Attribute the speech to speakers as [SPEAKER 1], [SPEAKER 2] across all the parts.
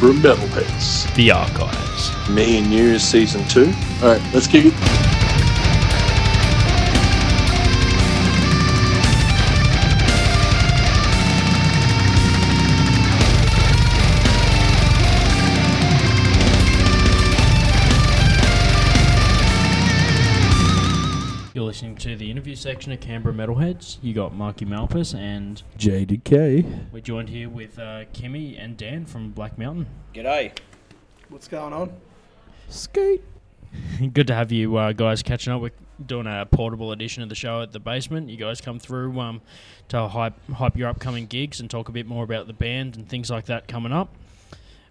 [SPEAKER 1] From Battle Pass,
[SPEAKER 2] The Archives.
[SPEAKER 1] Me and You Season 2. Alright, let's kick it.
[SPEAKER 2] You're listening to the interview section of Canberra Metalheads. You got Marky Malpas, and
[SPEAKER 3] JDK.
[SPEAKER 2] we're joined here with uh, Kimmy and Dan from Black Mountain.
[SPEAKER 4] G'day.
[SPEAKER 5] What's going on?
[SPEAKER 3] Skate.
[SPEAKER 2] Good to have you uh, guys catching up. We're doing a portable edition of the show at the basement. You guys come through um, to hype, hype your upcoming gigs and talk a bit more about the band and things like that coming up.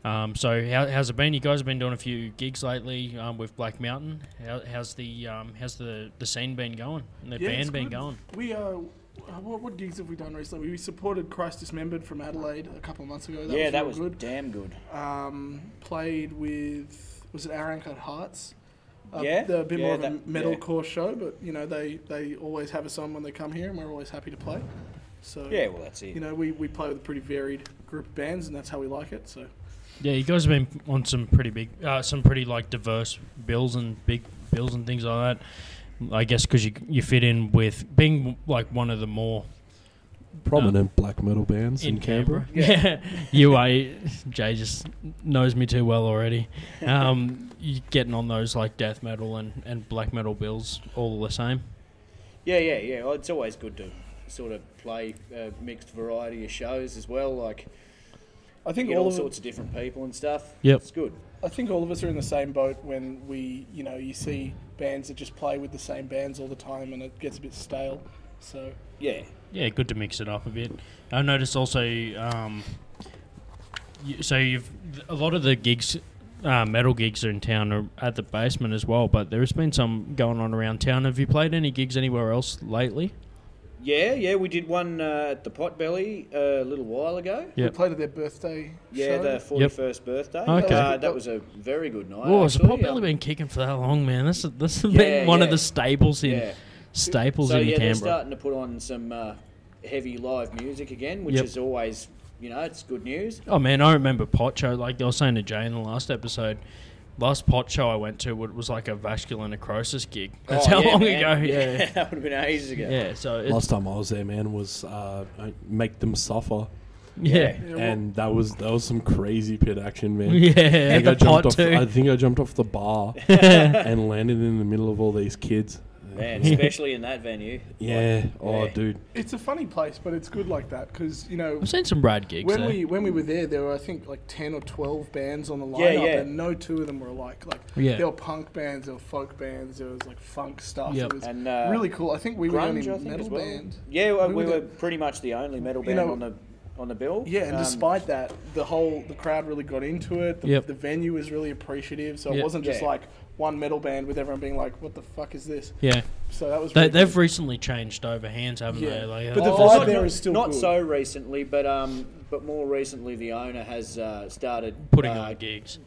[SPEAKER 2] Um, so how, how's it been? You guys have been doing a few gigs lately um, with Black Mountain. How, how's the um, how's the, the scene been going? And the
[SPEAKER 5] Yeah,
[SPEAKER 2] band
[SPEAKER 5] it's
[SPEAKER 2] been
[SPEAKER 5] good.
[SPEAKER 2] going?
[SPEAKER 5] We uh, what, what gigs have we done recently? We supported Christ Dismembered from Adelaide a couple of months ago. That
[SPEAKER 4] yeah,
[SPEAKER 5] was
[SPEAKER 4] that
[SPEAKER 5] real
[SPEAKER 4] was
[SPEAKER 5] good.
[SPEAKER 4] damn good.
[SPEAKER 5] Um, played with was it Arancard Hearts? Uh,
[SPEAKER 4] Yeah,
[SPEAKER 5] they're a bit
[SPEAKER 4] yeah,
[SPEAKER 5] more of a
[SPEAKER 4] that-
[SPEAKER 5] metalcore show, but you know they they always have us on when they come here, and we're always happy to play. So
[SPEAKER 4] Yeah, well, that's
[SPEAKER 5] you
[SPEAKER 4] it.
[SPEAKER 5] know we, we play with a pretty varied group of bands, and that's how we like it. So
[SPEAKER 2] Yeah, you guys have been on some pretty big, uh, some pretty like diverse bills and big bills and things like that. I guess because you you fit in with being like one of the more
[SPEAKER 3] Prominent black metal bands in,
[SPEAKER 2] Um, in
[SPEAKER 3] Canberra.
[SPEAKER 2] Canberra. Yeah, you are. Jay just knows me too well already. Um, you getting on those like death metal and, and black metal bills all the same.
[SPEAKER 4] Yeah, yeah, yeah. Well, it's always good to sort of play a mixed variety of shows as well. Like,
[SPEAKER 5] I
[SPEAKER 4] you
[SPEAKER 5] think
[SPEAKER 4] get
[SPEAKER 5] all
[SPEAKER 4] all
[SPEAKER 5] of it,
[SPEAKER 4] sorts of different people and stuff.
[SPEAKER 2] Yep.
[SPEAKER 4] It's good.
[SPEAKER 5] I think all of us are in the same boat when we, you know, you see bands that just play with the same bands all the time and it gets a bit stale. So,
[SPEAKER 4] Yeah.
[SPEAKER 2] Yeah, good to mix it up a bit. I noticed also, um, you, so you've a lot of the gigs, uh, metal gigs are in town are at the basement as well. But there's been some going on around town. Have you played any gigs anywhere else lately?
[SPEAKER 4] Yeah, yeah. We did one uh, at the Potbelly uh, a little while ago.
[SPEAKER 2] Yeah.
[SPEAKER 5] we played at their birthday
[SPEAKER 4] Yeah,
[SPEAKER 5] show.
[SPEAKER 4] their 41st birthday.
[SPEAKER 2] Okay.
[SPEAKER 4] Uh, that was a very good night.
[SPEAKER 2] Oh, has the
[SPEAKER 4] Uh, actually. um,
[SPEAKER 2] potbelly been kicking for that long, man? This is, this has
[SPEAKER 4] Yeah,
[SPEAKER 2] been one of
[SPEAKER 4] yeah.
[SPEAKER 2] the staples in
[SPEAKER 4] Yeah.
[SPEAKER 2] staples
[SPEAKER 4] so
[SPEAKER 2] in
[SPEAKER 4] yeah, they're
[SPEAKER 2] Canberra.
[SPEAKER 4] starting to put on some uh, heavy live music again, which
[SPEAKER 2] Yep.
[SPEAKER 4] is always, you know, it's good news.
[SPEAKER 2] Oh man, I remember pot show. Like I was saying to Jay in the last episode, last pot show I went to wa- was like a vascular necrosis gig. That's
[SPEAKER 4] Oh,
[SPEAKER 2] how
[SPEAKER 4] yeah,
[SPEAKER 2] long
[SPEAKER 4] man.
[SPEAKER 2] ago. Yeah.
[SPEAKER 4] that would have been ages ago.
[SPEAKER 2] yeah. so it,
[SPEAKER 3] Last time I was there, man, was uh, Make Them Suffer.
[SPEAKER 2] yeah.
[SPEAKER 5] Yeah, well,
[SPEAKER 3] And that was that was some crazy pit action, man.
[SPEAKER 2] Yeah,
[SPEAKER 3] I think,
[SPEAKER 2] the
[SPEAKER 3] I jumped
[SPEAKER 2] pot
[SPEAKER 3] off,
[SPEAKER 2] too.
[SPEAKER 3] I think I jumped off the bar and landed in the middle of all these kids.
[SPEAKER 4] Man, especially in that venue.
[SPEAKER 3] Yeah. Oh,
[SPEAKER 4] yeah.
[SPEAKER 3] dude.
[SPEAKER 5] it's a funny place, but it's good like that because, you know,
[SPEAKER 2] I've seen some rad gigs
[SPEAKER 5] when
[SPEAKER 2] there.
[SPEAKER 5] we when we were there, there were I think like ten or twelve bands on the lineup,
[SPEAKER 4] Yeah, yeah.
[SPEAKER 5] and no two of them were alike. Like
[SPEAKER 2] Yeah.
[SPEAKER 5] there were punk bands, there were folk bands, there was like funk stuff.
[SPEAKER 2] Yep.
[SPEAKER 5] It was
[SPEAKER 4] And, uh,
[SPEAKER 5] really cool. I think we were the
[SPEAKER 4] Grunge,
[SPEAKER 5] only
[SPEAKER 4] I think,
[SPEAKER 5] metal
[SPEAKER 4] as well.
[SPEAKER 5] band.
[SPEAKER 4] Yeah, well,
[SPEAKER 5] We
[SPEAKER 4] we,
[SPEAKER 5] were
[SPEAKER 4] were
[SPEAKER 5] the-
[SPEAKER 4] pretty much the only metal
[SPEAKER 5] You
[SPEAKER 4] band
[SPEAKER 5] know-
[SPEAKER 4] on the on the bill.
[SPEAKER 5] Yeah, and
[SPEAKER 4] Um,
[SPEAKER 5] despite that, the whole the crowd really got into it. The,
[SPEAKER 2] Yep.
[SPEAKER 5] the venue was really appreciative, so
[SPEAKER 2] Yep.
[SPEAKER 5] it wasn't just
[SPEAKER 4] Yeah.
[SPEAKER 5] like one metal band with everyone being like, "What the fuck is this?"
[SPEAKER 2] yeah,
[SPEAKER 5] So that was
[SPEAKER 2] they,
[SPEAKER 5] really
[SPEAKER 2] they've
[SPEAKER 5] cool.
[SPEAKER 2] recently changed over hands, haven't
[SPEAKER 5] Yeah.
[SPEAKER 2] they? Like,
[SPEAKER 5] But the
[SPEAKER 2] oh,
[SPEAKER 5] vibe
[SPEAKER 4] not,
[SPEAKER 5] there
[SPEAKER 4] not-
[SPEAKER 5] is still
[SPEAKER 4] not
[SPEAKER 5] good.
[SPEAKER 4] so recently, but um, but more recently, the owner has uh, started
[SPEAKER 2] putting
[SPEAKER 4] uh,
[SPEAKER 2] on gigs.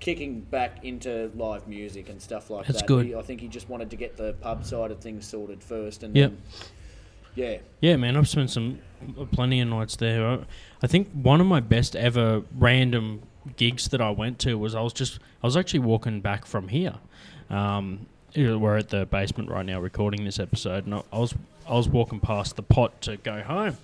[SPEAKER 4] kicking back into live music and stuff like
[SPEAKER 2] That's
[SPEAKER 4] that.
[SPEAKER 2] good.
[SPEAKER 4] He- I think he just wanted to get the pub side of things sorted first, and
[SPEAKER 2] Yep.
[SPEAKER 4] then, yeah,
[SPEAKER 2] Yeah, man, I've spent some uh, plenty of nights there. I, I think one of my best ever random gigs that I went to was I was just I was actually walking back from here. Um, you know, we're at the basement right now recording this episode, and I, I was I was walking past the pot to go home,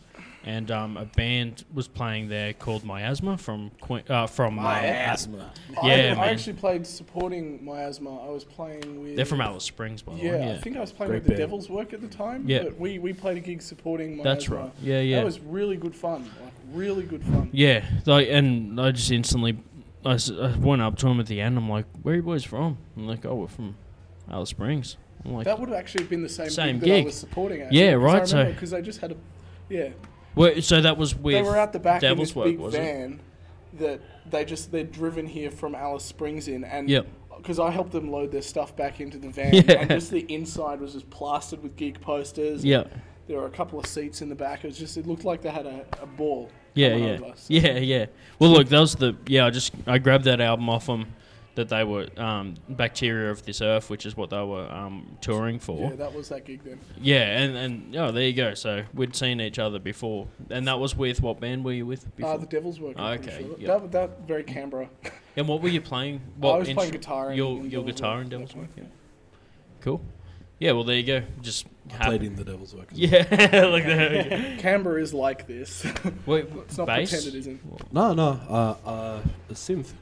[SPEAKER 2] and um, a band was playing there called Miasma from Queen, uh, from uh,
[SPEAKER 4] asthma.
[SPEAKER 5] I,
[SPEAKER 2] Yeah,
[SPEAKER 5] I
[SPEAKER 2] man.
[SPEAKER 5] actually played supporting Miasma. I was playing with.
[SPEAKER 2] they're from Alice Springs, by the
[SPEAKER 5] Yeah,
[SPEAKER 2] way.
[SPEAKER 5] I think I was playing
[SPEAKER 3] Great
[SPEAKER 5] with the
[SPEAKER 3] band.
[SPEAKER 5] Devil's Work at the time.
[SPEAKER 2] Yeah.
[SPEAKER 5] but we, we played a gig supporting Miasma.
[SPEAKER 2] That's right. Yeah, yeah.
[SPEAKER 5] That was really good fun. Like really good fun.
[SPEAKER 2] Yeah, like, and I just instantly, I, s- I went up to him at the end. I'm like, "Where you boys from?" I'm like, "Oh, we're from Alice Springs." I'm like,
[SPEAKER 5] That would have actually been the same,
[SPEAKER 2] Same
[SPEAKER 5] gig, that I
[SPEAKER 2] gig.
[SPEAKER 5] was supporting. Actually,
[SPEAKER 2] Yeah, right, so-
[SPEAKER 5] because they just had a, yeah.
[SPEAKER 2] Wait, so that was with
[SPEAKER 5] they were out the back
[SPEAKER 2] Devil's
[SPEAKER 5] in
[SPEAKER 2] Work,
[SPEAKER 5] this big
[SPEAKER 2] was it?
[SPEAKER 5] van that they just they're driven here from Alice Springs in and
[SPEAKER 2] Yep.
[SPEAKER 5] because I helped them load their stuff back into the van
[SPEAKER 2] Yeah.
[SPEAKER 5] and just the inside was just plastered with geek posters.
[SPEAKER 2] Yeah,
[SPEAKER 5] There were a couple of seats in the back. It was just it looked like they had a, a ball.
[SPEAKER 2] yeah,
[SPEAKER 5] coming
[SPEAKER 2] yeah,
[SPEAKER 5] over, so-
[SPEAKER 2] yeah, yeah. Well, look, that was the yeah. I just I grabbed that album off him, that they were um, Bacteria of This Earth, which is what they were um, touring for.
[SPEAKER 5] Yeah, that was that gig then. Uh,
[SPEAKER 2] Yeah, and, and oh, there you go. So we'd seen each other before, and that was with what band were you with before?
[SPEAKER 5] Uh, the Devil's Work. I'm pretty
[SPEAKER 2] Okay,
[SPEAKER 5] Sure.
[SPEAKER 2] yeah.
[SPEAKER 5] That, that very Canberra.
[SPEAKER 2] and what were you playing? What
[SPEAKER 5] I was playing
[SPEAKER 2] instru-
[SPEAKER 5] guitar. in-
[SPEAKER 2] Your
[SPEAKER 5] in
[SPEAKER 2] your
[SPEAKER 5] Devil's
[SPEAKER 2] guitar
[SPEAKER 5] Work
[SPEAKER 2] and
[SPEAKER 5] at that
[SPEAKER 2] Devil's Work.
[SPEAKER 5] point,
[SPEAKER 2] Yeah.
[SPEAKER 5] yeah.
[SPEAKER 2] Cool. Yeah. Well, there you go. Just
[SPEAKER 3] I played
[SPEAKER 2] happened.
[SPEAKER 3] in the Devil's Work. as well.
[SPEAKER 2] Yeah. Look there.
[SPEAKER 5] Canberra is like this.
[SPEAKER 2] Wait,
[SPEAKER 5] Let's not
[SPEAKER 2] bass?
[SPEAKER 5] pretend it isn't.
[SPEAKER 3] No, no, uh, uh, a synth.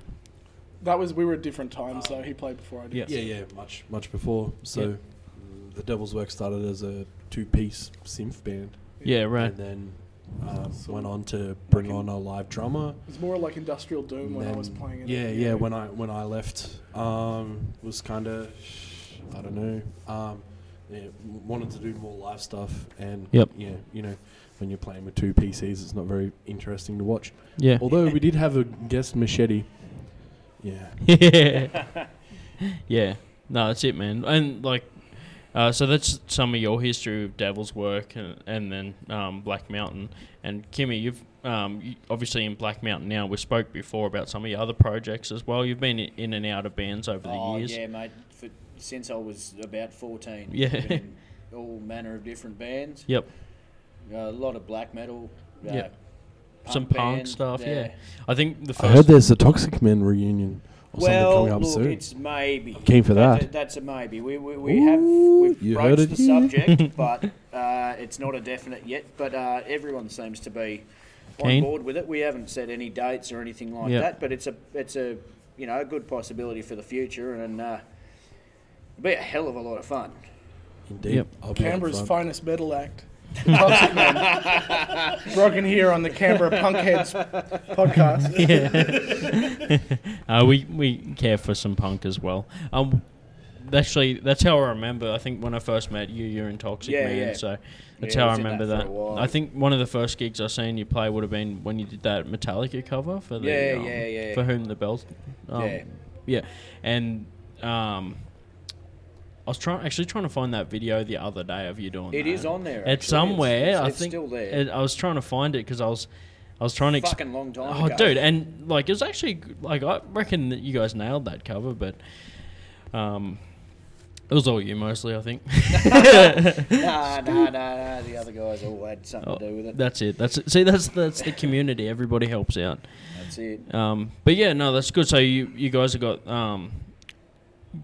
[SPEAKER 5] That was we were at different times, so he played before I did.
[SPEAKER 2] Yeah.
[SPEAKER 3] Yeah, yeah, much, much before. So,
[SPEAKER 2] Yeah.
[SPEAKER 3] mm, the Devil's Work started as a two-piece synth band,
[SPEAKER 2] Yeah. Right.
[SPEAKER 3] and then um,
[SPEAKER 5] So-
[SPEAKER 3] went on to bring on a live drummer.
[SPEAKER 5] It's more like industrial doom
[SPEAKER 3] and
[SPEAKER 5] when I
[SPEAKER 3] then-
[SPEAKER 5] was playing it.
[SPEAKER 3] Yeah, yeah. When I when I left, um, was kind of, I don't know, um, yeah, w- wanted to do more live stuff, and
[SPEAKER 2] Yep.
[SPEAKER 3] yeah, you know, when you're playing with two PCs, it's not very interesting to watch.
[SPEAKER 2] Yeah.
[SPEAKER 3] Although we did have a guest machete. Yeah.
[SPEAKER 2] yeah. yeah. No, that's it, man. And like, uh, so that's some of your history of Devil's Work and, and then um, Black Mountain. And Kimmy, you've um, you- obviously in Black Mountain now. We spoke before about some of your other projects as well. You've been i- in and out of bands over the
[SPEAKER 4] oh,
[SPEAKER 2] years.
[SPEAKER 4] yeah, mate. For, since I was about 14.
[SPEAKER 2] Yeah.
[SPEAKER 4] I've been in all manner of different bands.
[SPEAKER 2] Yep.
[SPEAKER 4] A lot of black metal. Uh,
[SPEAKER 2] Yep. Some punk
[SPEAKER 4] bands,
[SPEAKER 2] stuff, yeah. I think the first.
[SPEAKER 3] I heard there's a Toxic Men reunion or
[SPEAKER 4] Well,
[SPEAKER 3] something coming up
[SPEAKER 4] look,
[SPEAKER 3] soon.
[SPEAKER 4] it's maybe.
[SPEAKER 3] keen for
[SPEAKER 4] That's
[SPEAKER 3] that.
[SPEAKER 4] a- That's a, maybe. We, we, we have
[SPEAKER 3] Ooh,
[SPEAKER 4] we've
[SPEAKER 3] you heard
[SPEAKER 4] broached
[SPEAKER 3] it
[SPEAKER 4] the
[SPEAKER 3] here.
[SPEAKER 4] subject, but uh, it's not a definite yet. But uh, everyone seems to be
[SPEAKER 2] Keen.
[SPEAKER 4] on board with it. We haven't set any dates or anything like
[SPEAKER 2] Yep.
[SPEAKER 4] that, but it's a it's a you know a good possibility for the future, and uh, it'll be a hell of a lot of fun.
[SPEAKER 3] Indeed.
[SPEAKER 2] Yep.
[SPEAKER 3] I'll be at the
[SPEAKER 5] Canberra's
[SPEAKER 3] front.
[SPEAKER 5] finest metal act. The Toxic Men. Broken here on the Canberra Punkheads podcast.
[SPEAKER 2] yeah. uh, we we care for some punk as well. Um, actually, that's how I remember. I think when I first met you, you're in Toxic
[SPEAKER 4] Yeah,
[SPEAKER 2] Man,
[SPEAKER 4] yeah.
[SPEAKER 2] so that's
[SPEAKER 4] Yeah,
[SPEAKER 2] how
[SPEAKER 4] I
[SPEAKER 2] I
[SPEAKER 4] was in
[SPEAKER 2] remember
[SPEAKER 4] that
[SPEAKER 2] that.
[SPEAKER 4] for a while.
[SPEAKER 2] I think one of the first gigs I seen you play would have been when you did that Metallica cover for the
[SPEAKER 4] Yeah,
[SPEAKER 2] um,
[SPEAKER 4] yeah, yeah.
[SPEAKER 2] for whom the bells. Um,
[SPEAKER 4] Yeah.
[SPEAKER 2] yeah, and um. I was trying, actually trying to find that video the other day of you doing. It
[SPEAKER 4] It is
[SPEAKER 2] is
[SPEAKER 4] on there, actually.
[SPEAKER 2] It's
[SPEAKER 4] It's-
[SPEAKER 2] somewhere.
[SPEAKER 4] it's-
[SPEAKER 2] I
[SPEAKER 4] it's
[SPEAKER 2] think
[SPEAKER 4] still there.
[SPEAKER 2] It, I was trying to find it because I was, I was trying to exp-
[SPEAKER 4] Fucking long time.
[SPEAKER 2] Oh,
[SPEAKER 4] ago.
[SPEAKER 2] dude, and like it was actually g- like I reckon that you guys nailed that cover, but um, it was all you mostly, I think.
[SPEAKER 4] Nah, nah, nah, nah. The other guys all had something
[SPEAKER 3] Oh,
[SPEAKER 4] to do with it.
[SPEAKER 2] that's it. That's it. See, that's that's the community. Everybody helps out.
[SPEAKER 4] That's it.
[SPEAKER 2] Um, but yeah, no, that's good. So you you guys have got um,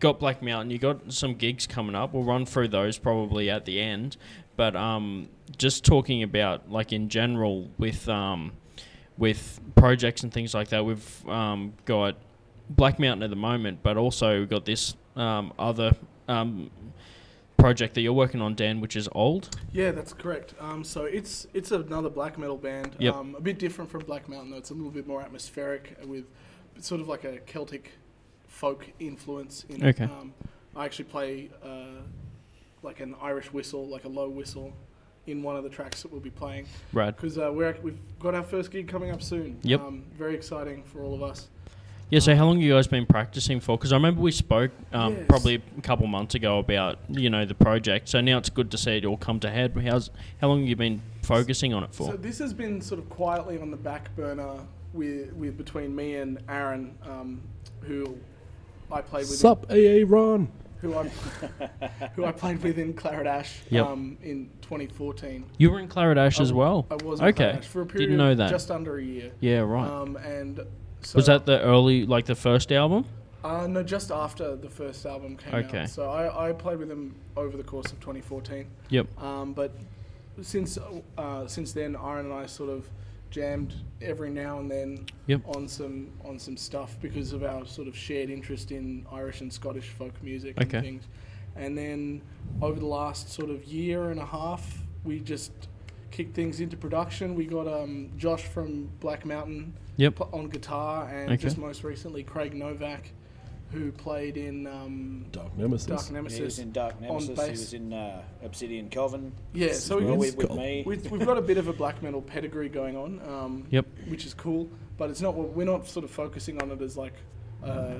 [SPEAKER 2] got Black Mountain. You got some gigs coming up. We'll run through those probably at the end. But um, just talking about like in general with um, with projects and things like that, we've um, got Black Mountain at the moment, but also we've got this um, other um, project that you're working on, Dan, which is old.
[SPEAKER 5] Yeah, that's correct. Um, so it's it's another black metal band.
[SPEAKER 2] Yep.
[SPEAKER 5] Um, a bit different from Black Mountain though. It's a little bit more atmospheric with sort of like a Celtic folk influence in it.
[SPEAKER 2] Okay.
[SPEAKER 5] Um, I actually play uh, like an Irish whistle, like a low whistle, in one of the tracks that we'll be playing.
[SPEAKER 2] Right.
[SPEAKER 5] Because uh, we're, we've got our first gig coming up soon.
[SPEAKER 2] Yep.
[SPEAKER 5] Um, very exciting for all of us.
[SPEAKER 2] Yeah, so how long you guys been practicing for? Because I remember we spoke um,
[SPEAKER 5] Yes.
[SPEAKER 2] probably a couple months ago about you know the project. So now it's good to see it all come to head. But How's how long you been focusing on it for?
[SPEAKER 5] So this has been sort of quietly on the back burner with, with between me and Aaron, um, who I played with. in-
[SPEAKER 3] Sup, AA Ron.
[SPEAKER 5] who I who I played with in Claret Ash
[SPEAKER 2] Yep.
[SPEAKER 5] um, in 2014.
[SPEAKER 2] you were in Claret Ash
[SPEAKER 5] I
[SPEAKER 2] as
[SPEAKER 5] w-
[SPEAKER 2] well.
[SPEAKER 5] I was in
[SPEAKER 2] okay.
[SPEAKER 5] Claret Ash for a period
[SPEAKER 2] Didn't know
[SPEAKER 5] of
[SPEAKER 2] that.
[SPEAKER 5] just under a year.
[SPEAKER 2] yeah, right.
[SPEAKER 5] Um, and so,
[SPEAKER 2] was that the early like the first album?
[SPEAKER 5] Uh, no, just after the first album came
[SPEAKER 2] Okay.
[SPEAKER 5] out. So I, I played with them over the course of 2014.
[SPEAKER 2] Yep.
[SPEAKER 5] Um, but since uh, since then, Aaron and I sort of jammed every now and then
[SPEAKER 2] Yep.
[SPEAKER 5] on some on some stuff because of our sort of shared interest in Irish and Scottish folk music
[SPEAKER 2] Okay.
[SPEAKER 5] and things. And then over the last sort of year and a half, we just kicked things into production. We got um, Josh from Black Mountain
[SPEAKER 2] Yep.
[SPEAKER 5] pl- on guitar, and
[SPEAKER 2] Okay.
[SPEAKER 5] just most recently Craig Novak, who played in um,
[SPEAKER 3] Dark Nemesis.
[SPEAKER 5] Dark
[SPEAKER 4] He was
[SPEAKER 5] Nemesis.
[SPEAKER 4] in Dark Nemesis. He
[SPEAKER 5] bass.
[SPEAKER 4] was in uh, Obsidian Coven.
[SPEAKER 5] Yeah, so we
[SPEAKER 3] Well,
[SPEAKER 5] can
[SPEAKER 4] with, with
[SPEAKER 3] cool.
[SPEAKER 4] me.
[SPEAKER 5] we've, we've got a bit of a black metal pedigree going on, um,
[SPEAKER 2] Yep.
[SPEAKER 5] which is cool. But it's not what we're not sort of focusing on it as like uh,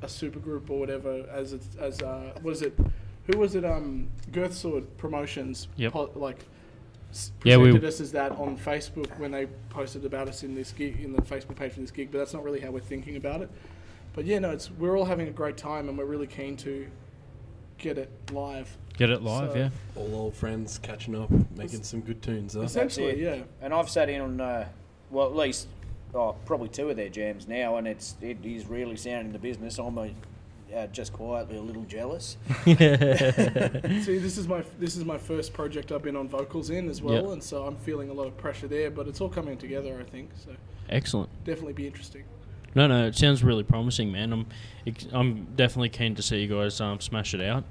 [SPEAKER 5] a super group or whatever. As it's, as uh, what is it? Who was it? Um, Girthsword Promotions.
[SPEAKER 2] Yep.
[SPEAKER 5] po- like s-
[SPEAKER 2] Yeah, we-
[SPEAKER 5] presented us as that on Facebook when they posted about us in this gig in the Facebook page for this gig. But that's not really how we're thinking about it. But yeah, no, it's we're all having a great time and we're really keen to get it live.
[SPEAKER 2] Get it live,
[SPEAKER 5] So-
[SPEAKER 2] yeah.
[SPEAKER 3] All old friends catching up, making some good tunes. Huh?
[SPEAKER 5] Essentially,
[SPEAKER 4] it.
[SPEAKER 5] yeah.
[SPEAKER 4] And I've sat in on, uh, well, at least, oh, probably two of their jams now, and it's it is really sounding the business. I'm a, uh, just quietly a little jealous.
[SPEAKER 5] See, this is my this is my first project I've been on vocals in as well,
[SPEAKER 2] Yeah.
[SPEAKER 5] and so I'm feeling a lot of pressure there. But it's all coming together, I think. So
[SPEAKER 2] Excellent.
[SPEAKER 5] definitely be interesting.
[SPEAKER 2] No, no, it sounds really promising, man. I'm, ex- I'm definitely keen to see you guys um, smash it out.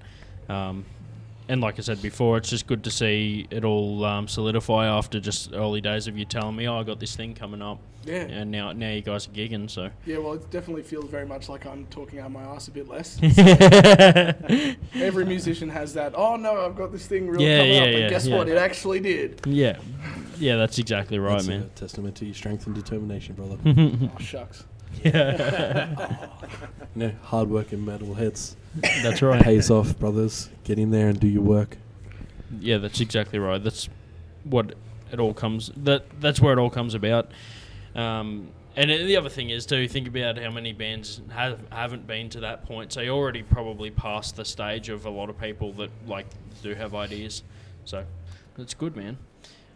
[SPEAKER 2] Um, and like I said before, it's just good to see it all um, solidify after just early days of you telling me, "Oh, I got this thing coming up,"
[SPEAKER 5] Yeah. yeah,
[SPEAKER 2] and now now you guys are gigging. So
[SPEAKER 5] Well, it definitely feels very much like I'm talking out my ass a bit less.
[SPEAKER 2] yeah,
[SPEAKER 5] Every musician has that. Oh no, I've got this thing really
[SPEAKER 2] Yeah,
[SPEAKER 5] coming up,
[SPEAKER 2] yeah, yeah,
[SPEAKER 5] and guess
[SPEAKER 2] yeah.
[SPEAKER 5] what? It actually did.
[SPEAKER 2] yeah, that's exactly right,
[SPEAKER 3] That's
[SPEAKER 2] man.
[SPEAKER 3] A testament to your strength and determination, brother.
[SPEAKER 2] Hmm.
[SPEAKER 5] Oh shucks.
[SPEAKER 3] you know, hard work and metal heads
[SPEAKER 2] That's right.
[SPEAKER 3] pays off, brothers. Get in there and do your work.
[SPEAKER 2] Yeah, that's exactly right. That's what it all comes. That that's where it all comes about. Um, and it- the other thing is to think about how many bands have haven't been to that point. So you're already probably past the stage of a lot of people that like do have ideas. So that's good, man.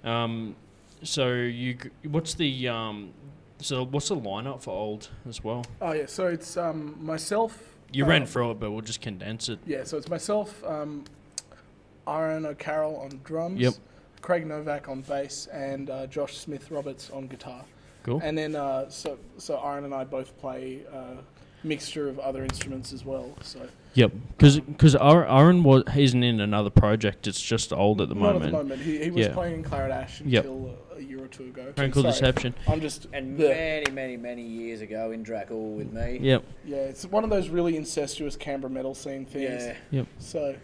[SPEAKER 2] Um, so you, g- what's the um, so what's the lineup for old as well?
[SPEAKER 5] Oh yeah, so it's um myself.
[SPEAKER 2] You
[SPEAKER 5] um,
[SPEAKER 2] ran through it, but we'll just condense it.
[SPEAKER 5] Yeah, so it's myself, um, Aaron O'Carroll on drums,
[SPEAKER 2] Yep.
[SPEAKER 5] Craig Novak on bass, and uh, Josh Smith Roberts on guitar.
[SPEAKER 2] Cool.
[SPEAKER 5] And then uh, so so Aaron and I both play uh, mixture of other instruments as well. So
[SPEAKER 2] Yep, because Aaron was isn't in another project. It's just old at the
[SPEAKER 5] not
[SPEAKER 2] moment.
[SPEAKER 5] at the moment. He, he was
[SPEAKER 2] Yeah.
[SPEAKER 5] playing in Claret Ash
[SPEAKER 2] Yep.
[SPEAKER 5] until a year or two ago.
[SPEAKER 2] Tranquil
[SPEAKER 5] Sorry,
[SPEAKER 2] Deception.
[SPEAKER 5] I'm just
[SPEAKER 4] And
[SPEAKER 5] bleh.
[SPEAKER 4] many, many, many years ago in Dracul with me.
[SPEAKER 2] Yep.
[SPEAKER 5] yeah, it's one of those really incestuous Canberra metal scene things.
[SPEAKER 4] Yeah.
[SPEAKER 5] So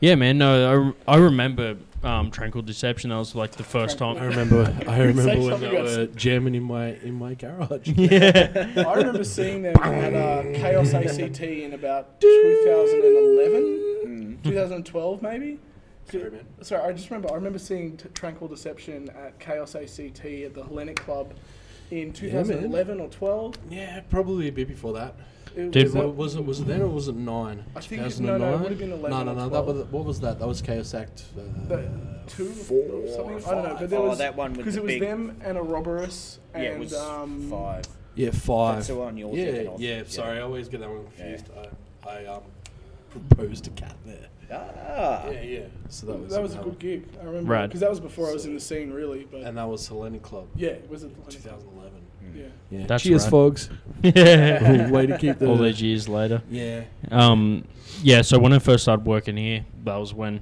[SPEAKER 2] Yeah, man. No, I, rem- I remember um, Tranquil Deception. That was like the first
[SPEAKER 3] I
[SPEAKER 2] time.
[SPEAKER 3] remember. I remember when
[SPEAKER 5] something
[SPEAKER 3] they
[SPEAKER 5] else.
[SPEAKER 3] were jamming in my in my garage.
[SPEAKER 5] I remember seeing them at uh, Chaos ACT in about 2011, 2012 maybe.
[SPEAKER 3] Sorry, man.
[SPEAKER 5] Sorry, I just remember. I remember seeing T- Tranquil Deception at Chaos ACT at the Hellenic Club in 2011 or 12.
[SPEAKER 3] Yeah, probably a bit before that.
[SPEAKER 5] It
[SPEAKER 2] Did
[SPEAKER 5] was
[SPEAKER 3] Wa-
[SPEAKER 5] that-
[SPEAKER 3] was it was it then or was it nine?
[SPEAKER 5] I think it- no, no, it would've been 11
[SPEAKER 3] 2009? No, no,
[SPEAKER 5] or
[SPEAKER 3] no. That
[SPEAKER 5] 12.
[SPEAKER 3] was, what was that? That was Chaos Act. Uh,
[SPEAKER 5] that two
[SPEAKER 4] Four
[SPEAKER 5] or something.
[SPEAKER 4] or
[SPEAKER 5] I don't know, but
[SPEAKER 4] five.
[SPEAKER 5] there
[SPEAKER 4] Oh,
[SPEAKER 5] was
[SPEAKER 4] that one with
[SPEAKER 5] because
[SPEAKER 4] the
[SPEAKER 5] it was
[SPEAKER 4] big-
[SPEAKER 5] them and Ouroboros
[SPEAKER 4] Yeah,
[SPEAKER 5] and
[SPEAKER 4] it was
[SPEAKER 5] um,
[SPEAKER 4] five.
[SPEAKER 3] yeah, five.
[SPEAKER 4] That's the one you're
[SPEAKER 3] yeah,
[SPEAKER 4] thinking of.
[SPEAKER 3] Yeah,
[SPEAKER 4] Yeah.
[SPEAKER 3] sorry, I always get that one
[SPEAKER 4] Yeah.
[SPEAKER 3] confused. I, I um proposed a cat there.
[SPEAKER 4] Ah.
[SPEAKER 3] Yeah, yeah. So that was
[SPEAKER 5] That was a
[SPEAKER 3] another-
[SPEAKER 5] good gig. I remember
[SPEAKER 2] Rad.
[SPEAKER 5] because that was before I was in the scene really. But
[SPEAKER 3] And that was Hellenic Club,
[SPEAKER 5] yeah, it was at the
[SPEAKER 3] 2011.
[SPEAKER 5] yeah.
[SPEAKER 3] Yeah.
[SPEAKER 2] That's
[SPEAKER 3] Cheers,
[SPEAKER 2] right.
[SPEAKER 3] Fogs.
[SPEAKER 2] Yeah.
[SPEAKER 3] Way to keep the.
[SPEAKER 2] All these years later.
[SPEAKER 3] yeah.
[SPEAKER 2] Um, yeah. So when I first started working here, that was when.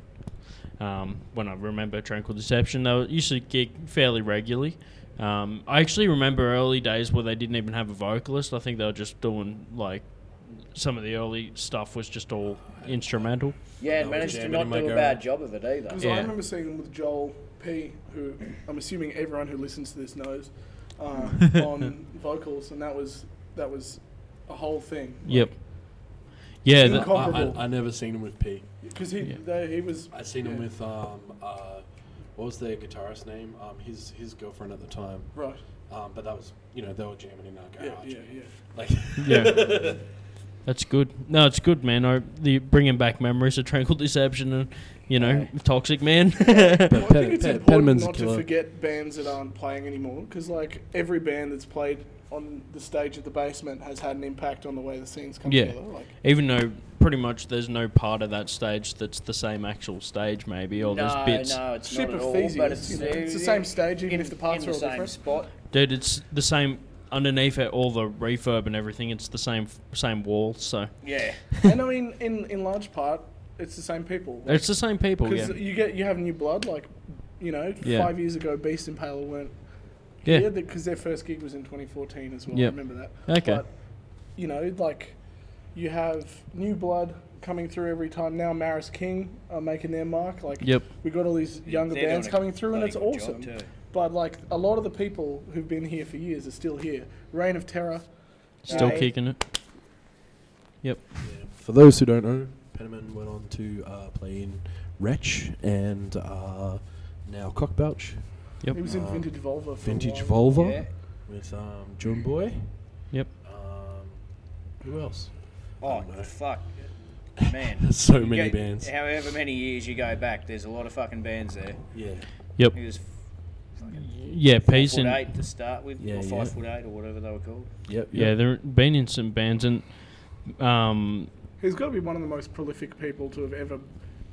[SPEAKER 2] Um, when I remember Tranquil Deception, they were- used to gig fairly regularly. Um, I actually remember early days where they didn't even have a vocalist. I think they were just doing like some of the early stuff was just all instrumental.
[SPEAKER 4] Yeah, and
[SPEAKER 3] No,
[SPEAKER 4] managed
[SPEAKER 3] yeah,
[SPEAKER 4] to
[SPEAKER 3] but
[SPEAKER 4] not
[SPEAKER 3] in my
[SPEAKER 4] do a
[SPEAKER 3] garage.
[SPEAKER 4] bad job of it either.
[SPEAKER 5] Because
[SPEAKER 2] Mm. Yeah.
[SPEAKER 5] I remember seeing them with Joel P, who I'm assuming everyone who listens to this knows, uh, on vocals, and that was that was a whole thing.
[SPEAKER 2] Yep. Yeah.
[SPEAKER 5] Incom-
[SPEAKER 2] That,
[SPEAKER 3] I, I,
[SPEAKER 5] Comparable.
[SPEAKER 3] I never seen him with P.
[SPEAKER 5] Because he
[SPEAKER 2] Yeah.
[SPEAKER 5] they, he was
[SPEAKER 3] I seen him
[SPEAKER 5] Yeah.
[SPEAKER 3] with um uh, what was their guitarist name? Um, his his girlfriend at the time.
[SPEAKER 5] right.
[SPEAKER 3] Um, but that was you know they were jamming in our
[SPEAKER 5] Yeah,
[SPEAKER 3] garage.
[SPEAKER 5] yeah, yeah.
[SPEAKER 3] Like
[SPEAKER 2] yeah. That's good. No, it's good, man. I, the bringing back memories of Tranquil Deception and you know Toxic Man.
[SPEAKER 5] Well, I think
[SPEAKER 3] Ped-
[SPEAKER 5] it's
[SPEAKER 3] Ped-
[SPEAKER 5] important
[SPEAKER 3] Pederman's a
[SPEAKER 5] not to
[SPEAKER 3] killer.
[SPEAKER 5] forget bands that aren't playing anymore, because like every band that's played on the stage at the basement has had an impact on the way the scenes come
[SPEAKER 2] Yeah.
[SPEAKER 5] together. Like
[SPEAKER 2] Even though pretty much there's no part of that stage that's the same actual stage, maybe or there's
[SPEAKER 4] no,
[SPEAKER 2] bits.
[SPEAKER 4] no, it's
[SPEAKER 5] Ship
[SPEAKER 4] not at
[SPEAKER 5] of
[SPEAKER 4] all.
[SPEAKER 5] Theseus,
[SPEAKER 4] but it's,
[SPEAKER 5] you know,
[SPEAKER 4] uh,
[SPEAKER 5] it's the same stage, even
[SPEAKER 4] in,
[SPEAKER 5] if the parts
[SPEAKER 4] in
[SPEAKER 5] are
[SPEAKER 4] the
[SPEAKER 5] all
[SPEAKER 4] same
[SPEAKER 5] different.
[SPEAKER 4] spot.
[SPEAKER 2] Dude, it's the same underneath it. All the reverb and everything. It's the same same wall. So
[SPEAKER 4] Yeah,
[SPEAKER 5] and I mean, in in large part, it's the same people.
[SPEAKER 2] it's the same people. Yeah.
[SPEAKER 5] Because you get you have new blood, like you know,
[SPEAKER 2] Yeah.
[SPEAKER 5] five years ago, Beast Impaler weren't
[SPEAKER 2] Yeah.
[SPEAKER 5] here because their first gig was in 2014 as well.
[SPEAKER 2] Yep.
[SPEAKER 5] I remember that.
[SPEAKER 2] Okay.
[SPEAKER 5] But you know, like you have new blood coming through every time. Now Maris King are making their mark. Like
[SPEAKER 2] Yep.
[SPEAKER 5] we got all these younger
[SPEAKER 4] They're
[SPEAKER 5] bands
[SPEAKER 4] doing a
[SPEAKER 5] coming through, and it's
[SPEAKER 4] bloody good job
[SPEAKER 5] awesome.
[SPEAKER 4] too.
[SPEAKER 5] But like a lot of the people who've been here for years are still here. Reign of Terror.
[SPEAKER 2] Still
[SPEAKER 5] Right.
[SPEAKER 2] kicking it. Yep.
[SPEAKER 3] For those who don't know, Penniman went on to uh, play in Wretch and uh, now Cockbouch,
[SPEAKER 2] Yep.
[SPEAKER 5] He was in
[SPEAKER 3] Um,
[SPEAKER 5] Vintage Volva. For a
[SPEAKER 3] Vintage
[SPEAKER 5] while.
[SPEAKER 3] Volva
[SPEAKER 4] Yeah.
[SPEAKER 3] with um, June Boy.
[SPEAKER 2] Yep.
[SPEAKER 3] Um, Who else?
[SPEAKER 4] Oh,
[SPEAKER 3] don't know.
[SPEAKER 4] fuck. Man.
[SPEAKER 3] There's so
[SPEAKER 4] You
[SPEAKER 3] many
[SPEAKER 4] go-
[SPEAKER 3] bands.
[SPEAKER 4] However many years you go back, there's a lot of fucking bands there.
[SPEAKER 3] Yeah.
[SPEAKER 2] Yep.
[SPEAKER 4] He was f-
[SPEAKER 2] Yeah,
[SPEAKER 4] four
[SPEAKER 2] Peace
[SPEAKER 4] foot
[SPEAKER 2] and
[SPEAKER 4] eight to start with,
[SPEAKER 3] Yeah,
[SPEAKER 4] or
[SPEAKER 3] yeah.
[SPEAKER 4] five foot eight, or whatever they were called.
[SPEAKER 3] Yep.
[SPEAKER 2] yeah, there been in some bands and um,
[SPEAKER 5] He's got to be one of the most prolific people to have ever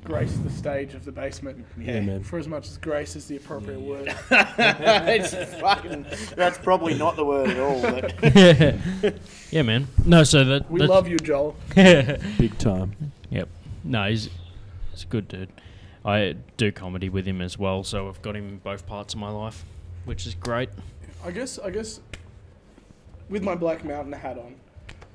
[SPEAKER 5] graced the stage of the basement.
[SPEAKER 3] Yeah, man.
[SPEAKER 5] For as much as grace is the appropriate word.
[SPEAKER 4] it's fucking. That's probably not the word at all. But
[SPEAKER 2] yeah, man. No, so that
[SPEAKER 5] We
[SPEAKER 2] that's-
[SPEAKER 5] love you, Joel.
[SPEAKER 3] Big time.
[SPEAKER 2] Yep. No, he's he's a good dude. I do comedy with him as well, so I've got him in both parts of my life, which is great.
[SPEAKER 5] I guess I guess with my Black Mountain hat on,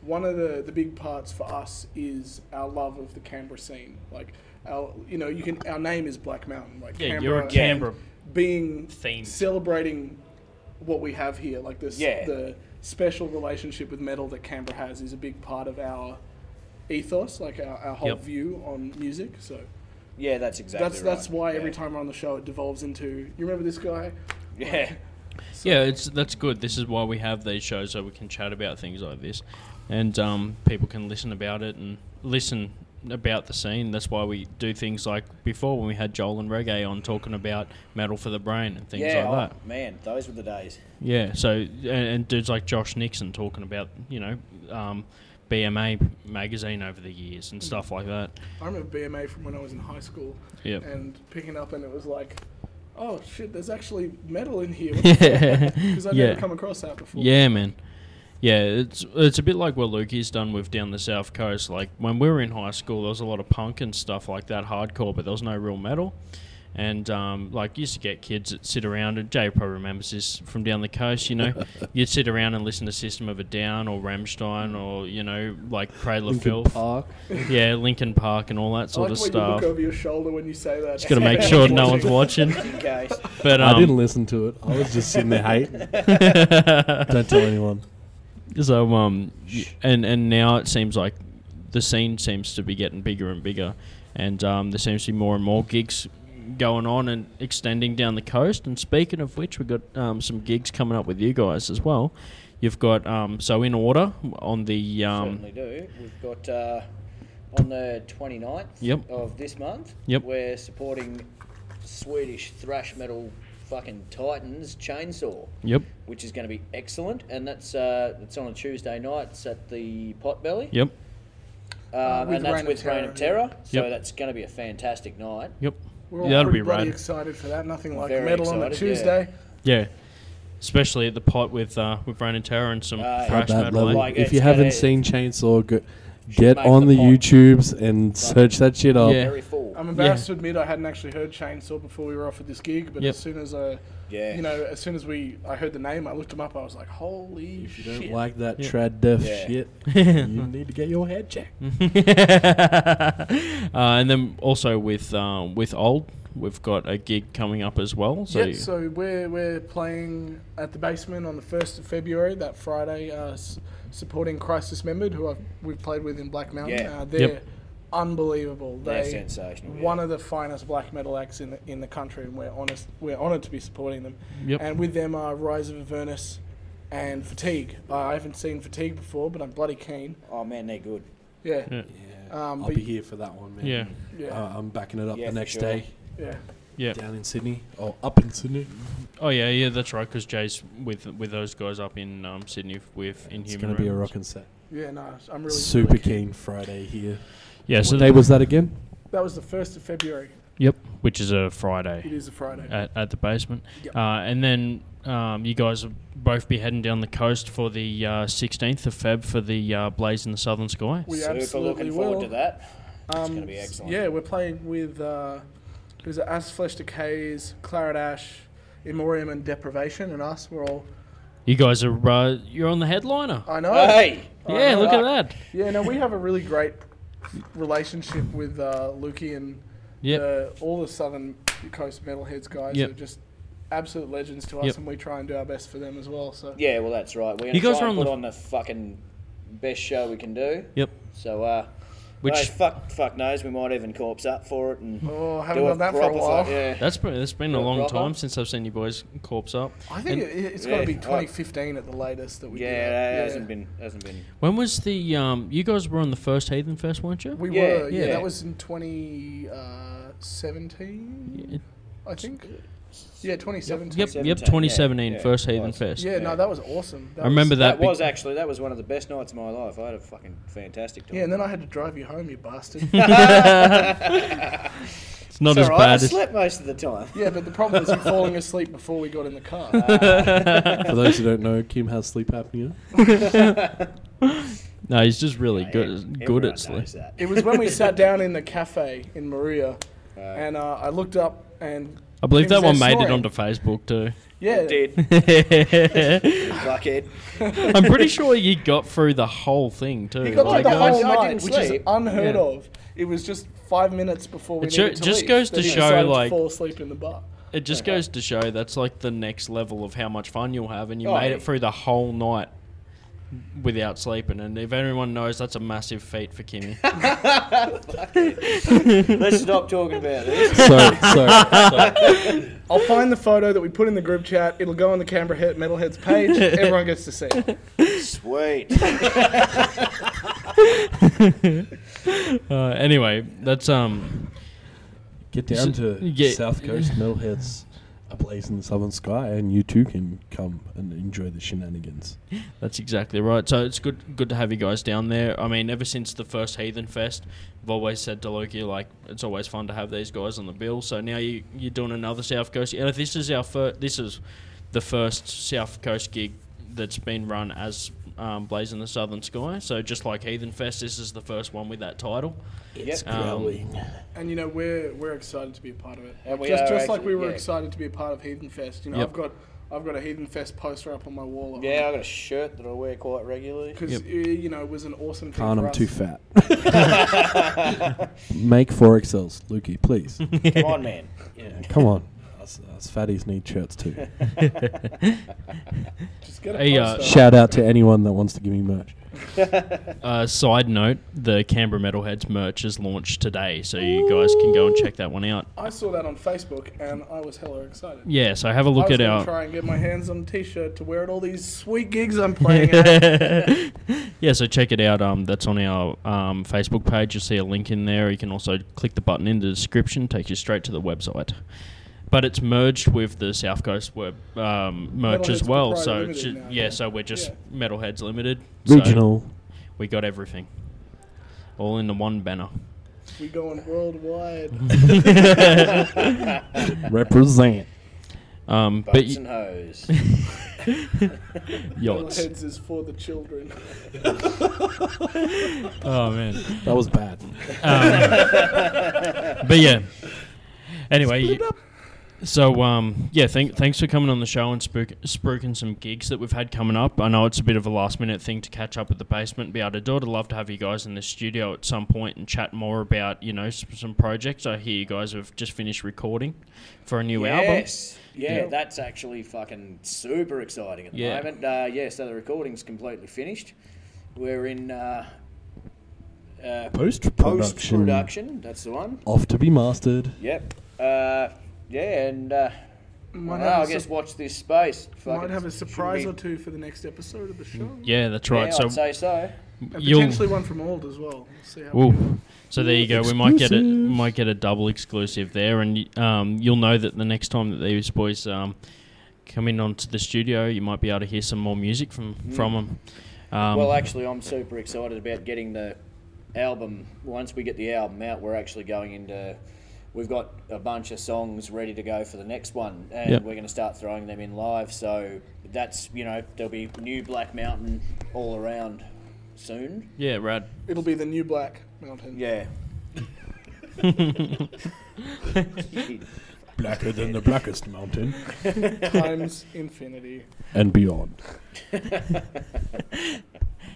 [SPEAKER 5] one of the, the big parts for us is our love of the Canberra scene. Like our you know, you can our name is Black Mountain. Like
[SPEAKER 2] Yeah, you're a
[SPEAKER 5] and
[SPEAKER 2] Canberra
[SPEAKER 5] being
[SPEAKER 2] themed.
[SPEAKER 5] celebrating what we have here. Like this
[SPEAKER 4] Yeah.
[SPEAKER 5] the special relationship with metal that Canberra has is a big part of our ethos, like our, our whole
[SPEAKER 2] Yep.
[SPEAKER 5] view on music. So
[SPEAKER 4] yeah, that's exactly.
[SPEAKER 5] that's that's
[SPEAKER 4] right.
[SPEAKER 5] why
[SPEAKER 4] yeah.
[SPEAKER 5] every time we're on the show it devolves into you remember this guy?
[SPEAKER 4] Yeah,
[SPEAKER 2] Yeah, it's that's good. This is why we have these shows so we can chat about things like this, and um, people can listen about it and listen about the scene. That's why we do things like before when we had Joel and Reggae on talking about metal for the brain and things
[SPEAKER 4] yeah.
[SPEAKER 2] like that.
[SPEAKER 4] oh, man, those were the days.
[SPEAKER 2] Yeah. So and, and dudes like Josh Nixon talking about you know um, BMA magazine over the years and stuff like that.
[SPEAKER 5] I remember BMA from when I was in high school
[SPEAKER 2] Yep.
[SPEAKER 5] and picking up, and it was like, oh shit, there's actually metal in here. Because I've
[SPEAKER 2] yeah.
[SPEAKER 5] never come across that before.
[SPEAKER 2] Yeah, man. Yeah, it's it's a bit like what Lukey's done with down the south coast. Like when we were in high school, there was a lot of punk and stuff like that, hardcore, but there was no real metal. And um, like used to get kids that sit around, and Jay probably remembers this from down the coast. You know, you'd sit around and listen to System of a Down or Ramstein or you know like Cradle of
[SPEAKER 3] Linkin
[SPEAKER 2] Filth,
[SPEAKER 3] Park.
[SPEAKER 2] yeah, Linkin Park and all that
[SPEAKER 5] I
[SPEAKER 2] sort
[SPEAKER 5] like
[SPEAKER 2] of
[SPEAKER 5] when you
[SPEAKER 2] stuff.
[SPEAKER 5] look over your shoulder when you say that.
[SPEAKER 2] Just gotta make sure no one's watching.
[SPEAKER 4] In case
[SPEAKER 2] But
[SPEAKER 3] I didn't
[SPEAKER 2] um,
[SPEAKER 3] listen to it. I was just sitting there hating. Don't tell anyone.
[SPEAKER 2] So um, y- and and now it seems like the scene seems to be getting bigger and bigger, and um, there seems to be more and more gigs going on and extending down the coast. And speaking of which, we've got um, some gigs coming up with you guys as well. You've got um, so in order on the um,
[SPEAKER 4] certainly do. We've got uh, on the 29th
[SPEAKER 2] Yep.
[SPEAKER 4] of this month.
[SPEAKER 2] Yep.
[SPEAKER 4] We're supporting Swedish thrash metal fucking Titans Chainsaw.
[SPEAKER 2] yep
[SPEAKER 4] which is going to be excellent, and that's uh, that's on a Tuesday night. It's at the Potbelly,
[SPEAKER 2] yep
[SPEAKER 4] um,
[SPEAKER 5] Uh, With
[SPEAKER 4] and that's
[SPEAKER 5] Reign of
[SPEAKER 4] with Reign of
[SPEAKER 5] Terror,
[SPEAKER 4] Terror. So
[SPEAKER 2] Yep.
[SPEAKER 4] that's going to be a fantastic night.
[SPEAKER 2] yep
[SPEAKER 5] We're all
[SPEAKER 2] that'll
[SPEAKER 5] pretty
[SPEAKER 2] be
[SPEAKER 5] bloody
[SPEAKER 2] right.
[SPEAKER 5] excited for that. Nothing like
[SPEAKER 4] Very
[SPEAKER 5] metal on a
[SPEAKER 4] excited, yeah.
[SPEAKER 5] Tuesday.
[SPEAKER 2] Yeah, especially at the pot with uh, with Rain and Terror and some
[SPEAKER 4] Uh,
[SPEAKER 2] thrash
[SPEAKER 3] That
[SPEAKER 2] metal.
[SPEAKER 3] level.
[SPEAKER 2] eh?
[SPEAKER 4] Like,
[SPEAKER 3] if you
[SPEAKER 4] it's gotta-
[SPEAKER 3] haven't seen Chainsaw, go, get
[SPEAKER 4] make
[SPEAKER 3] on
[SPEAKER 4] the
[SPEAKER 3] the,
[SPEAKER 4] pot.
[SPEAKER 3] YouTubes and search that shit up.
[SPEAKER 2] Yeah.
[SPEAKER 4] Very full.
[SPEAKER 5] I'm embarrassed to admit I hadn't actually heard Chainsaw before we were offered this gig, but
[SPEAKER 2] Yep.
[SPEAKER 5] as soon as I,
[SPEAKER 4] yeah,
[SPEAKER 5] you know, as soon as we, I heard the name, I looked him up. I was like, holy
[SPEAKER 3] If you don't
[SPEAKER 5] shit!
[SPEAKER 3] like that
[SPEAKER 2] Yeah.
[SPEAKER 3] trad def
[SPEAKER 4] Yeah.
[SPEAKER 3] shit, you need to get your head checked.
[SPEAKER 2] uh, and then also with um, with old, we've got a gig coming up as well. So,
[SPEAKER 5] yeah, so we're, we're playing at the basement on the 1st of February, that Friday, uh, s- supporting Christ Dismembered, who I've, we've played with in Black Mountain.
[SPEAKER 4] Yeah.
[SPEAKER 5] Uh, they're
[SPEAKER 2] Yep.
[SPEAKER 5] unbelievable. They,
[SPEAKER 4] They're sensational, yeah.
[SPEAKER 5] One of the finest black metal acts in the, in the country, and we're, honest, we're honoured to be supporting them.
[SPEAKER 2] Yep.
[SPEAKER 5] And with them are Rise of Avernus and Fatigue. Uh, I haven't seen Fatigue before, but I'm bloody keen.
[SPEAKER 4] oh man, they're good.
[SPEAKER 5] Yeah.
[SPEAKER 2] Yeah.
[SPEAKER 3] Yeah,
[SPEAKER 5] Um,
[SPEAKER 3] I'll
[SPEAKER 5] but
[SPEAKER 3] be
[SPEAKER 5] y-
[SPEAKER 3] here for that one, man.
[SPEAKER 2] yeah,
[SPEAKER 5] Yeah.
[SPEAKER 3] Uh, I'm backing it up
[SPEAKER 4] Yeah,
[SPEAKER 3] the
[SPEAKER 4] for
[SPEAKER 3] next
[SPEAKER 4] sure.
[SPEAKER 3] day
[SPEAKER 5] yeah.
[SPEAKER 2] yeah.
[SPEAKER 3] down in Sydney. Oh, up in Sydney.
[SPEAKER 2] Oh yeah, yeah. That's right. Because Jay's with with those guys up in um, Sydney with Inhuman.
[SPEAKER 3] It's going to be a
[SPEAKER 2] Realms.
[SPEAKER 3] rocking set.
[SPEAKER 5] Yeah, no, I'm really
[SPEAKER 3] Super keen Friday here.
[SPEAKER 2] Yeah. So
[SPEAKER 3] what day
[SPEAKER 2] they
[SPEAKER 3] was that again?
[SPEAKER 5] That was the 1st of February.
[SPEAKER 2] Yep. Which is a Friday.
[SPEAKER 5] It is a Friday.
[SPEAKER 2] at, at the basement.
[SPEAKER 5] Yep.
[SPEAKER 2] Uh, and then um, you guys will both be heading down the coast for the uh, 16th of Feb for the uh, Blaze in the Southern Sky.
[SPEAKER 5] we
[SPEAKER 4] Super
[SPEAKER 5] absolutely
[SPEAKER 4] looking
[SPEAKER 5] will.
[SPEAKER 4] forward to that. it's
[SPEAKER 5] Um,
[SPEAKER 4] going to be excellent.
[SPEAKER 5] Yeah, we're playing with uh, who's it? As Flesh Decays, Claret Ash, Immorium, and Deprivation, and us. We're all.
[SPEAKER 2] You guys are uh, you're on the headliner.
[SPEAKER 5] I know.
[SPEAKER 4] Hey,
[SPEAKER 2] yeah,
[SPEAKER 5] know.
[SPEAKER 2] look at that.
[SPEAKER 5] Yeah, no, we have a really great relationship with uh, Lukey and
[SPEAKER 2] Yep.
[SPEAKER 5] the, all the Southern Coast metalheads guys.
[SPEAKER 2] Yep.
[SPEAKER 5] who are just absolute legends to us,
[SPEAKER 2] Yep.
[SPEAKER 5] and we try and do our best for them as well. So
[SPEAKER 4] yeah. Well, that's right. We're going
[SPEAKER 2] You
[SPEAKER 4] to
[SPEAKER 2] guys
[SPEAKER 4] try
[SPEAKER 2] are
[SPEAKER 4] and
[SPEAKER 2] on
[SPEAKER 4] put
[SPEAKER 2] the-
[SPEAKER 4] on the fucking best show we can do.
[SPEAKER 2] Yep.
[SPEAKER 4] So uh,
[SPEAKER 2] Which
[SPEAKER 4] Hey, fuck, fuck knows, we might even corpse up for it and
[SPEAKER 5] Oh, I haven't
[SPEAKER 4] do a
[SPEAKER 5] done that for a
[SPEAKER 4] proper
[SPEAKER 5] while.
[SPEAKER 4] fuck- yeah.
[SPEAKER 2] that's been that's been a
[SPEAKER 4] Rock
[SPEAKER 2] long
[SPEAKER 4] Rocker?
[SPEAKER 2] time since I've seen you boys corpse up.
[SPEAKER 5] I
[SPEAKER 2] And-
[SPEAKER 5] think it, it's got
[SPEAKER 4] yeah,
[SPEAKER 5] to be
[SPEAKER 4] I-
[SPEAKER 5] 2015 at the latest that we
[SPEAKER 4] Yeah,
[SPEAKER 5] did
[SPEAKER 4] it
[SPEAKER 5] that.
[SPEAKER 4] hasn't been, hasn't been.
[SPEAKER 2] When was the um? You guys were on the first Heathen Fest, weren't you?
[SPEAKER 5] We
[SPEAKER 4] Yeah,
[SPEAKER 5] were, yeah,
[SPEAKER 4] yeah.
[SPEAKER 5] That was in uh, 2017,
[SPEAKER 2] Yeah.
[SPEAKER 5] I think. Yeah, 2017.
[SPEAKER 2] Yep, yep. 2017
[SPEAKER 4] 2017, yeah, yeah,
[SPEAKER 2] first Heathen
[SPEAKER 4] nice.
[SPEAKER 2] Fest.
[SPEAKER 5] Yeah, no, that was awesome. That
[SPEAKER 2] I remember
[SPEAKER 5] was-
[SPEAKER 2] that.
[SPEAKER 4] That,
[SPEAKER 2] be-
[SPEAKER 4] was actually that was one of the best nights of my life. I had a fucking fantastic time.
[SPEAKER 5] Yeah, and then I had to drive you home, you bastard.
[SPEAKER 2] it's not
[SPEAKER 4] It's
[SPEAKER 2] as
[SPEAKER 4] all right,
[SPEAKER 2] bad
[SPEAKER 4] I
[SPEAKER 2] as
[SPEAKER 4] slept most of the time.
[SPEAKER 5] yeah, but the problem was you falling asleep before we got in the car.
[SPEAKER 2] Uh,
[SPEAKER 3] For those who don't know, Kim has sleep apnea.
[SPEAKER 2] no. He's just really good
[SPEAKER 4] Everyone
[SPEAKER 2] good at
[SPEAKER 4] knows
[SPEAKER 2] sleep.
[SPEAKER 4] that.
[SPEAKER 5] it was when we sat down in the cafe in Maria,
[SPEAKER 4] Right.
[SPEAKER 5] and uh, I looked up and
[SPEAKER 2] I believe
[SPEAKER 5] He
[SPEAKER 2] that
[SPEAKER 5] was
[SPEAKER 2] one
[SPEAKER 5] there
[SPEAKER 2] made it
[SPEAKER 5] snoring.
[SPEAKER 2] onto Facebook too.
[SPEAKER 5] yeah,
[SPEAKER 4] It did. Fuckhead.
[SPEAKER 2] I'm pretty sure you got through the whole thing too.
[SPEAKER 5] He got
[SPEAKER 4] Like,
[SPEAKER 5] like, the
[SPEAKER 4] I-
[SPEAKER 5] whole
[SPEAKER 4] I
[SPEAKER 5] night,
[SPEAKER 4] didn't
[SPEAKER 5] which
[SPEAKER 4] sleep.
[SPEAKER 5] is unheard
[SPEAKER 2] Oh Yeah.
[SPEAKER 5] of. It was just five minutes before we
[SPEAKER 2] It
[SPEAKER 5] needed
[SPEAKER 2] ju-
[SPEAKER 5] to
[SPEAKER 2] just
[SPEAKER 5] leave,
[SPEAKER 2] goes
[SPEAKER 5] that
[SPEAKER 2] to
[SPEAKER 5] he
[SPEAKER 2] show,
[SPEAKER 5] decided
[SPEAKER 2] like-
[SPEAKER 5] fall asleep in the bar.
[SPEAKER 2] it just goes to show that's like the next level of how much fun you'll have, and you
[SPEAKER 4] Oh,
[SPEAKER 2] made
[SPEAKER 4] yeah.
[SPEAKER 2] it through the whole night without sleeping. And if anyone knows, that's a massive feat for Kimmy.
[SPEAKER 4] Let's stop talking about this.
[SPEAKER 3] sorry, sorry.
[SPEAKER 5] I'll find the photo that we put in the group chat. It'll go on the Canberra Head Metalheads page. Everyone gets to see it.
[SPEAKER 4] Sweet.
[SPEAKER 2] uh, anyway, that's um.
[SPEAKER 3] Get down
[SPEAKER 2] S-
[SPEAKER 3] to
[SPEAKER 2] yeah.
[SPEAKER 3] South Coast Metalheads, a place in the southern sky, and you too can come and enjoy the shenanigans.
[SPEAKER 2] That's exactly right. So it's good good to have you guys down there. I mean, ever since the first Heathen Fest, I've always said to Loki, like, it's always fun to have these guys on the bill. So now you, you're doing another South Coast. And this is our first, this is the first South Coast gig that's been run as um, Blazing the Southern Sky. So just like Heathen Fest, this is the first one with that title.
[SPEAKER 4] yep.
[SPEAKER 3] Uh,
[SPEAKER 2] Um,
[SPEAKER 5] And you know we're we're excited to be a part of it.
[SPEAKER 4] And we
[SPEAKER 5] just
[SPEAKER 4] are
[SPEAKER 5] just like
[SPEAKER 4] actually,
[SPEAKER 5] we were
[SPEAKER 4] yeah.
[SPEAKER 5] excited to be a part of Heathen Fest. You know
[SPEAKER 2] Yep.
[SPEAKER 5] I've got I've got a Heathen Fest poster up on my wall. at
[SPEAKER 4] Yeah, I got a shirt that I wear quite regularly.
[SPEAKER 5] because
[SPEAKER 2] Yep.
[SPEAKER 5] you know it was an awesome thing
[SPEAKER 3] Khan,
[SPEAKER 5] for
[SPEAKER 3] I'm
[SPEAKER 5] us.
[SPEAKER 3] too fat. Make four XLs, Lukey, please.
[SPEAKER 4] Come on, man. Yeah.
[SPEAKER 3] Come on. Us, us fatties need shirts too.
[SPEAKER 5] Just get a
[SPEAKER 2] Hey, uh,
[SPEAKER 5] poster.
[SPEAKER 3] Shout out to anyone that wants to give me merch.
[SPEAKER 2] Uh, side note, the Canberra Metalheads merch is launched today. So you guys can go and check that one out.
[SPEAKER 5] I saw that on Facebook and I was hella excited.
[SPEAKER 2] Yeah, so have a look
[SPEAKER 5] I was
[SPEAKER 2] at
[SPEAKER 5] gonna
[SPEAKER 2] our.
[SPEAKER 5] try and get my hands on a T-shirt to wear at all these sweet gigs I'm playing at.
[SPEAKER 2] yeah, so check it out. Um, that's on our um, Facebook page. You'll see a link in there. You can also click the button in the description, takes you straight to the website. But it's merged with the South Coast web um, merch
[SPEAKER 5] Metalheads
[SPEAKER 2] as well.
[SPEAKER 5] Proprietary
[SPEAKER 2] So it's
[SPEAKER 5] Limited
[SPEAKER 2] ju-
[SPEAKER 5] now,
[SPEAKER 2] yeah,
[SPEAKER 5] yeah.
[SPEAKER 2] so we're just Metalheads Limited. So
[SPEAKER 3] Regional.
[SPEAKER 2] we got everything, all in the one banner.
[SPEAKER 5] We going worldwide.
[SPEAKER 3] Represent.
[SPEAKER 2] Um,
[SPEAKER 4] Butts
[SPEAKER 2] but y-
[SPEAKER 4] and hose.
[SPEAKER 2] yachts.
[SPEAKER 5] Heads is for the children.
[SPEAKER 2] Oh man.
[SPEAKER 3] That was bad.
[SPEAKER 5] Uh,
[SPEAKER 2] Um, but yeah. Anyway, so um, yeah, thank, thanks for coming on the show and spook, spooking some gigs that we've had coming up. I know it's a bit of a last minute thing to catch up at the basement and be able to do it. I'd love to have you guys in the studio at some point and chat more about you know s- some projects. I hear you guys have just finished recording for a new album.
[SPEAKER 4] Yes. Yeah,
[SPEAKER 2] Yeah.
[SPEAKER 4] that's actually fucking super exciting at the
[SPEAKER 2] Yeah.
[SPEAKER 4] moment. Uh, yeah, so the recording's completely finished. We're in uh, uh,
[SPEAKER 3] Post
[SPEAKER 4] post
[SPEAKER 3] production.
[SPEAKER 4] production. That's the one.
[SPEAKER 3] Off to be mastered.
[SPEAKER 4] Yep. Uh, yeah, and uh,
[SPEAKER 5] Might
[SPEAKER 4] well,
[SPEAKER 5] have
[SPEAKER 4] I
[SPEAKER 5] a
[SPEAKER 4] guess
[SPEAKER 5] sup-
[SPEAKER 4] watch this space. Fuck,
[SPEAKER 5] might
[SPEAKER 4] it
[SPEAKER 5] have a
[SPEAKER 4] should
[SPEAKER 5] surprise
[SPEAKER 4] be-
[SPEAKER 5] or two for the next episode of the
[SPEAKER 2] Hmm.
[SPEAKER 5] show.
[SPEAKER 2] Yeah, that's right.
[SPEAKER 4] Yeah,
[SPEAKER 2] so
[SPEAKER 4] I'd say so.
[SPEAKER 5] And
[SPEAKER 2] you'll.
[SPEAKER 5] potentially one from Old as well. We'll see how we go.
[SPEAKER 2] Ooh. So there you go. We might get a
[SPEAKER 3] Exclusive.
[SPEAKER 2] might get a double exclusive there, and y- um, you'll know that the next time that these boys um, come in onto the studio, you might be able to hear some more music from
[SPEAKER 3] Mm.
[SPEAKER 2] from them. Um,
[SPEAKER 4] well, actually, I'm super excited about getting the album. Once we get the album out, we're actually going into. We've got a bunch of songs ready to go for the next one, and
[SPEAKER 2] Yep.
[SPEAKER 4] we're going to start throwing them in live. So that's you know there'll be new Black Mountain all around soon.
[SPEAKER 2] yeah, rad.
[SPEAKER 5] It'll be the new Black Mountain.
[SPEAKER 4] Yeah.
[SPEAKER 3] Blacker than the blackest mountain.
[SPEAKER 5] Times infinity.
[SPEAKER 3] And beyond.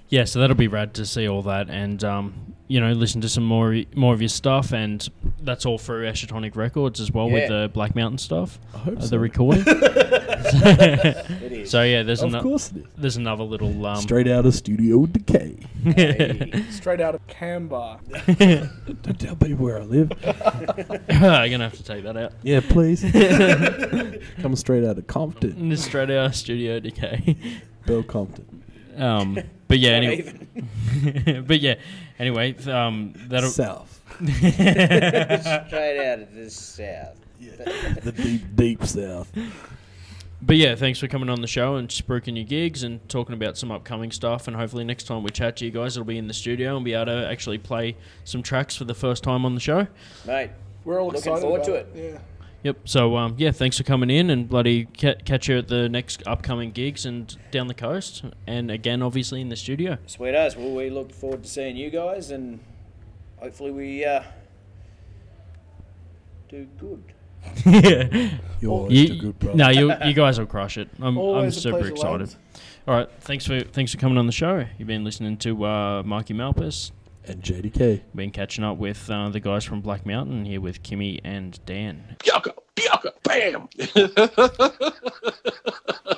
[SPEAKER 2] Yeah, so that'll be rad to see all that, and um, you know, listen to some more more of your stuff. And that's all through Eshatonic Records as well
[SPEAKER 4] Yeah.
[SPEAKER 2] with the Black Mountain stuff,
[SPEAKER 3] I hope
[SPEAKER 2] uh,
[SPEAKER 3] so.
[SPEAKER 2] the recording.
[SPEAKER 4] It is.
[SPEAKER 2] so yeah, there's
[SPEAKER 3] of
[SPEAKER 2] ano-
[SPEAKER 3] course it is.
[SPEAKER 2] there's another little um,
[SPEAKER 3] Straight out of Studio Decay.
[SPEAKER 4] Hey.
[SPEAKER 5] Straight out of Canberra.
[SPEAKER 3] Don't tell people where I live.
[SPEAKER 2] You're gonna have to take that out.
[SPEAKER 3] yeah, please. Come straight out of Compton,
[SPEAKER 2] And it's straight out of Studio Decay.
[SPEAKER 3] Bell Compton,
[SPEAKER 2] Um, but yeah,
[SPEAKER 4] Not
[SPEAKER 2] anyway,
[SPEAKER 4] even.
[SPEAKER 2] but yeah, anyway, th- um, that'll
[SPEAKER 3] South,
[SPEAKER 4] Straight out of the south.
[SPEAKER 3] the deep, deep South.
[SPEAKER 2] But yeah, thanks for coming on the show and spruiking your gigs and talking about some upcoming stuff. And hopefully next time we chat to you guys, it'll be in the studio and be able to actually play some tracks for the first time on the show.
[SPEAKER 4] Mate,
[SPEAKER 5] We're all
[SPEAKER 4] Looking
[SPEAKER 5] excited
[SPEAKER 4] forward
[SPEAKER 5] about
[SPEAKER 4] to
[SPEAKER 5] Yeah.
[SPEAKER 2] Yep. So um, yeah, thanks for coming in and bloody ca- catch you at the next upcoming gigs and down the coast and again, obviously in the studio.
[SPEAKER 4] sweet as. Well, we look forward to seeing you guys and hopefully we uh, do good.
[SPEAKER 2] yeah.
[SPEAKER 3] You're always
[SPEAKER 2] You,
[SPEAKER 3] a good brother.
[SPEAKER 2] no, you you guys will crush it. I'm I'm
[SPEAKER 5] Always a
[SPEAKER 2] super
[SPEAKER 5] pleasure,
[SPEAKER 2] excited.
[SPEAKER 5] lads.
[SPEAKER 2] All right, thanks for thanks for coming on the show. You've been listening to uh, Mikey Malpus.
[SPEAKER 3] And JDK.
[SPEAKER 2] Been catching up with uh, the guys from Black Mountain here with Kimmy and Dan.
[SPEAKER 1] Bianca, Bianca, bam.